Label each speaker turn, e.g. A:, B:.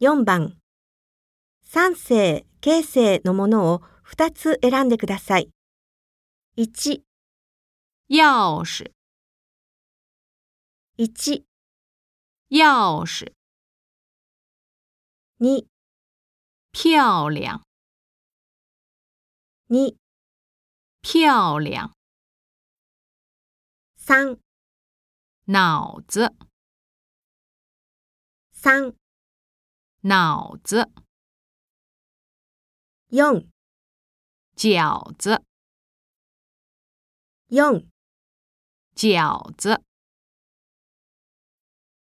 A: 4番、三世、形成のものを2つ選んでください。1、
B: 钥匙、
A: 1、
B: 钥匙，
A: 2、
B: 漂亮，
A: 2、
B: 漂亮，
A: 3、
B: 脑子，
A: 3、
B: 脑子，
A: 4、
B: 饺子，
A: 4
B: 饺子。